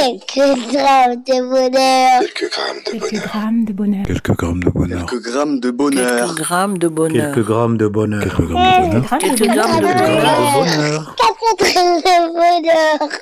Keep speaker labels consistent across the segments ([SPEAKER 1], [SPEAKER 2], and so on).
[SPEAKER 1] Quelques grammes de bonheur.
[SPEAKER 2] Quelques grammes de
[SPEAKER 3] Quelques
[SPEAKER 2] bonheur.
[SPEAKER 3] grammes de bonheur.
[SPEAKER 4] Quelques grammes de bonheur.
[SPEAKER 5] Quelques grammes de
[SPEAKER 6] Quelques
[SPEAKER 5] bonheur.
[SPEAKER 6] grammes de bonheur.
[SPEAKER 7] Quelques grammes de bonheur.
[SPEAKER 4] Quelques grammes de bonheur.
[SPEAKER 3] Quelques
[SPEAKER 6] Quelques
[SPEAKER 3] grammes
[SPEAKER 6] grammes
[SPEAKER 3] de
[SPEAKER 6] de
[SPEAKER 3] bonheur.
[SPEAKER 7] bonheur.
[SPEAKER 1] Quatre grammes de bonheur.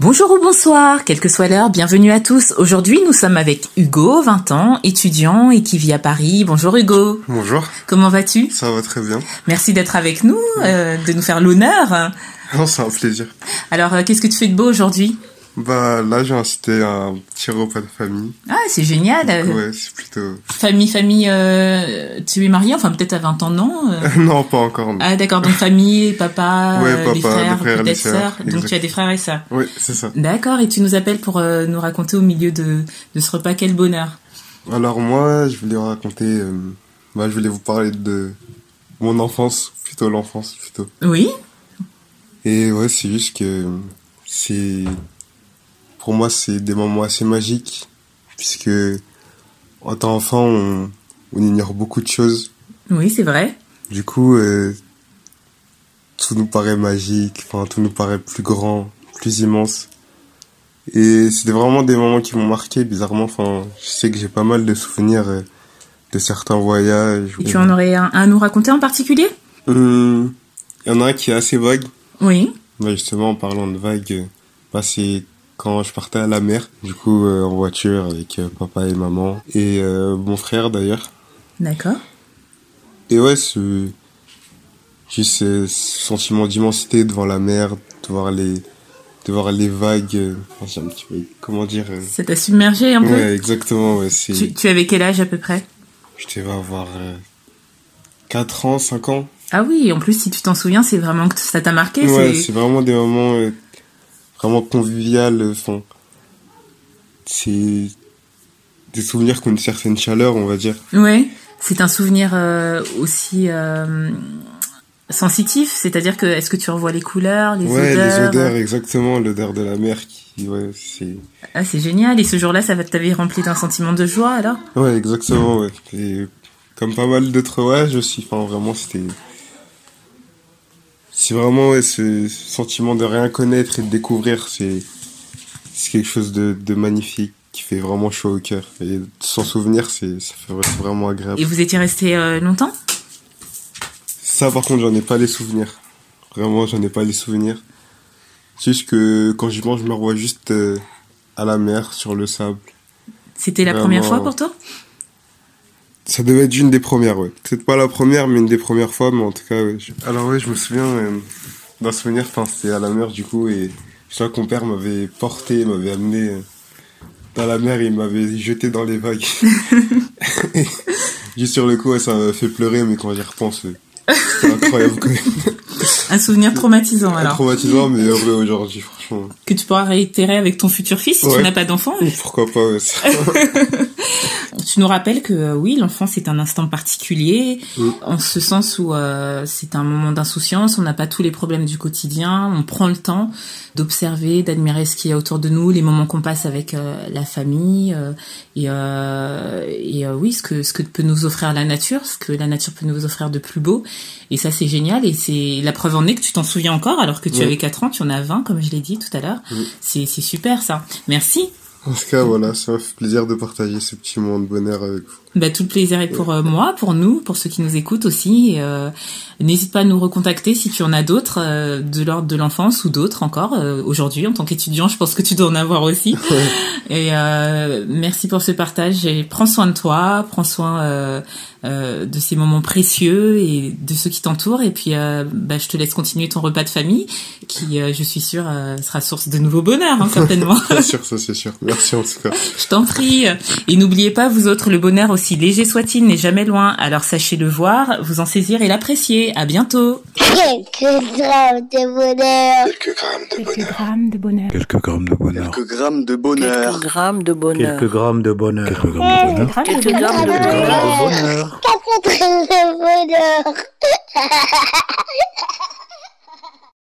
[SPEAKER 8] Bonjour ou bonsoir, quelle que soit l'heure, bienvenue à tous. Aujourd'hui, nous sommes avec Hugo, 20 ans, étudiant et qui vit à Paris. Bonjour Hugo,
[SPEAKER 2] Bonjour,
[SPEAKER 8] comment vas-tu
[SPEAKER 2] ça va très bien.
[SPEAKER 8] Merci d'être avec nous, euh, de nous faire l'honneur.
[SPEAKER 2] Non, c'est un plaisir.
[SPEAKER 8] Alors, euh, qu'est-ce que tu fais de beau aujourd'hui
[SPEAKER 2] Bah là, j'ai incité à un petit repas de famille.
[SPEAKER 8] Ah, c'est génial.
[SPEAKER 2] Donc,
[SPEAKER 8] euh,
[SPEAKER 2] ouais, c'est plutôt.
[SPEAKER 8] Famille, famille, euh, tu es marié, enfin peut-être à 20 ans, non euh.
[SPEAKER 2] non, pas encore. non.
[SPEAKER 8] Ah d'accord, donc famille, papa,
[SPEAKER 2] Ouais,
[SPEAKER 8] euh, les
[SPEAKER 2] papa, les
[SPEAKER 8] frères,
[SPEAKER 2] frères, les
[SPEAKER 8] peut-être
[SPEAKER 2] sœurs,
[SPEAKER 8] sœurs. Donc
[SPEAKER 2] exact.
[SPEAKER 8] tu as des frères et sœurs.
[SPEAKER 2] Oui, c'est ça.
[SPEAKER 8] D'accord, et tu nous appelles pour euh, nous raconter au milieu de, de ce repas quel bonheur.
[SPEAKER 2] Alors moi, je voulais raconter. euh, bah, je voulais vous parler de mon enfance, plutôt l'enfance, plutôt.
[SPEAKER 8] Oui
[SPEAKER 2] Et ouais, c'est juste que c'est. Pour moi, c'est des moments assez magiques, puisque en tant qu'enfant, on, on ignore beaucoup de choses.
[SPEAKER 8] Oui, c'est vrai.
[SPEAKER 2] Du coup, euh, tout nous paraît magique, enfin, tout nous paraît plus grand, plus immense. Et c'était vraiment des moments qui m'ont marqué, bizarrement. Enfin, je sais que j'ai pas mal de souvenirs euh, de certains voyages.
[SPEAKER 8] Et tu en aurais un, un à nous raconter en particulier
[SPEAKER 2] Hum, Il y en a un qui est assez vague.
[SPEAKER 8] Oui.
[SPEAKER 2] Bah, justement, en parlant de vague, euh, bah, c'est quand je partais à la mer, du coup, euh, en voiture avec euh, papa et maman, et euh, mon frère d'ailleurs.
[SPEAKER 8] D'accord.
[SPEAKER 2] Et ouais, ce, juste ce ce sentiment d'immensité devant la mer, de voir les, de voir les vagues. euh, enfin, j'ai un petit peu- comment dire euh,
[SPEAKER 8] Ça t'a submergé un peu
[SPEAKER 2] Ouais, exactement, ouais. c'est-
[SPEAKER 8] tu, tu avais quel âge à peu près
[SPEAKER 2] Je devais avoir euh, 4 ans, 5 ans.
[SPEAKER 8] Ah oui, en plus si tu t'en souviens, c'est vraiment que ça t'a marqué.
[SPEAKER 2] ouais,
[SPEAKER 8] c'est-
[SPEAKER 2] c'est vraiment des moments euh, vraiment convivial. euh, Enfin, c'est des souvenirs qui ont une certaine chaleur, on va dire.
[SPEAKER 8] Ouais, c'est un souvenir euh, aussi euh, sensitif, c'est-à-dire que est-ce que tu revois les couleurs, les
[SPEAKER 2] ouais,
[SPEAKER 8] odeurs
[SPEAKER 2] les odeurs, exactement, l'odeur de la mer qui, ouais, c'est.
[SPEAKER 8] Ah, c'est génial. Et ce jour-là, ça va t'avait rempli d'un sentiment de joie alors
[SPEAKER 2] Ouais, exactement, ouais. Et comme pas mal d'autres voyages aussi, enfin, vraiment, c'était. C'est vraiment ouais, ce sentiment de rien connaître et de découvrir, c'est c'est quelque chose de, de magnifique qui fait vraiment chaud au cœur. Et sans souvenir, c'est ça fait c'est vraiment agréable.
[SPEAKER 8] Et vous étiez resté euh, longtemps
[SPEAKER 2] Ça, par contre, j'en ai pas les souvenirs. Vraiment, j'en ai pas les souvenirs. C'est juste que quand j'y pense, je me revois juste euh, à la mer, sur le sable.
[SPEAKER 8] C'était la
[SPEAKER 2] Vraiment.
[SPEAKER 8] première fois pour toi
[SPEAKER 2] Ça devait être une des premières, ouais. Peut-être pas la première, mais une des premières fois, mais en tout cas, ouais. je- Alors, ouais, je me souviens euh, d'un souvenir, enfin, c'était à la mer, du coup, et je sais que mon père m'avait porté, m'avait amené euh, dans la mer, il m'avait jeté dans les vagues. Et juste sur le coup, ouais, ça m'a fait pleurer, mais quand j'y repense, euh, c'était incroyable, quand même.
[SPEAKER 8] Un souvenir traumatisant alors
[SPEAKER 2] traumatisant, mais heureux aujourd'hui, franchement.
[SPEAKER 8] que tu pourras réitérer avec ton futur fils si tu
[SPEAKER 2] Ouais.
[SPEAKER 8] n'as pas d'enfant.
[SPEAKER 2] Pourquoi pas, ouais, ça.
[SPEAKER 8] Tu nous rappelles que euh, oui, l'enfance est un instant particulier, en ce sens où euh, c'est un moment d'insouciance, on n'a pas tous les problèmes du quotidien, on prend le temps d'observer, d'admirer ce qu'il y a autour de nous, les moments qu'on passe avec euh, la famille, euh, et, euh, et euh, oui, ce que, ce que peut nous offrir la nature, ce que la nature peut nous offrir de plus beau, et ça c'est génial, et c'est la preuve en est que tu t'en souviens encore, alors que tu
[SPEAKER 2] Oui.
[SPEAKER 8] avais 4 ans, tu en as 20, comme je l'ai dit tout à l'heure,
[SPEAKER 2] Oui.
[SPEAKER 8] c'est c'est super ça, merci
[SPEAKER 2] En tout cas, voilà, ça m'a fait plaisir de partager ce petit moment de bonheur avec vous.
[SPEAKER 8] Bah, tout le plaisir est pour euh, moi, pour nous, pour ceux qui nous écoutent aussi. Et, euh, N'hésite pas à nous recontacter si tu en as d'autres euh, de l'ordre de l'enfance ou d'autres encore. euh, Aujourd'hui, en tant qu'étudiant, je pense que tu dois en avoir aussi. et euh, merci pour ce partage. Et prends soin de toi, prends soin euh, euh, de ces moments précieux et de ceux qui t'entourent. Et puis, euh, bah, je te laisse continuer ton repas de famille, qui, euh, je suis sûre, euh, sera source de nouveaux bonheurs, hein, certainement.
[SPEAKER 2] Bien sûr, ça c'est sûr. Merci en tout cas.
[SPEAKER 8] Je t'en prie. Et n'oubliez pas, vous autres, le bonheur, aussi léger soit-il, n'est jamais loin. Alors sachez le voir, vous en saisir et l'apprécier. À bientôt.
[SPEAKER 1] Quelques grammes de bonheur.
[SPEAKER 2] Quelques grammes de
[SPEAKER 3] Quelques grammes de bonheur.
[SPEAKER 4] Quelques grammes de bonheur.
[SPEAKER 5] Quelques grammes de bonheur.
[SPEAKER 6] Quelques grammes de
[SPEAKER 7] Quelques grammes de
[SPEAKER 6] bonheur.
[SPEAKER 7] bonheur.
[SPEAKER 3] Quelques
[SPEAKER 4] Quelques grammes de bonheur.
[SPEAKER 6] Quelques
[SPEAKER 3] grammes
[SPEAKER 6] grammes
[SPEAKER 3] de
[SPEAKER 6] de
[SPEAKER 3] bonheur.
[SPEAKER 6] bonheur.
[SPEAKER 7] Bonheur.
[SPEAKER 1] Quatre grammes de bonheur.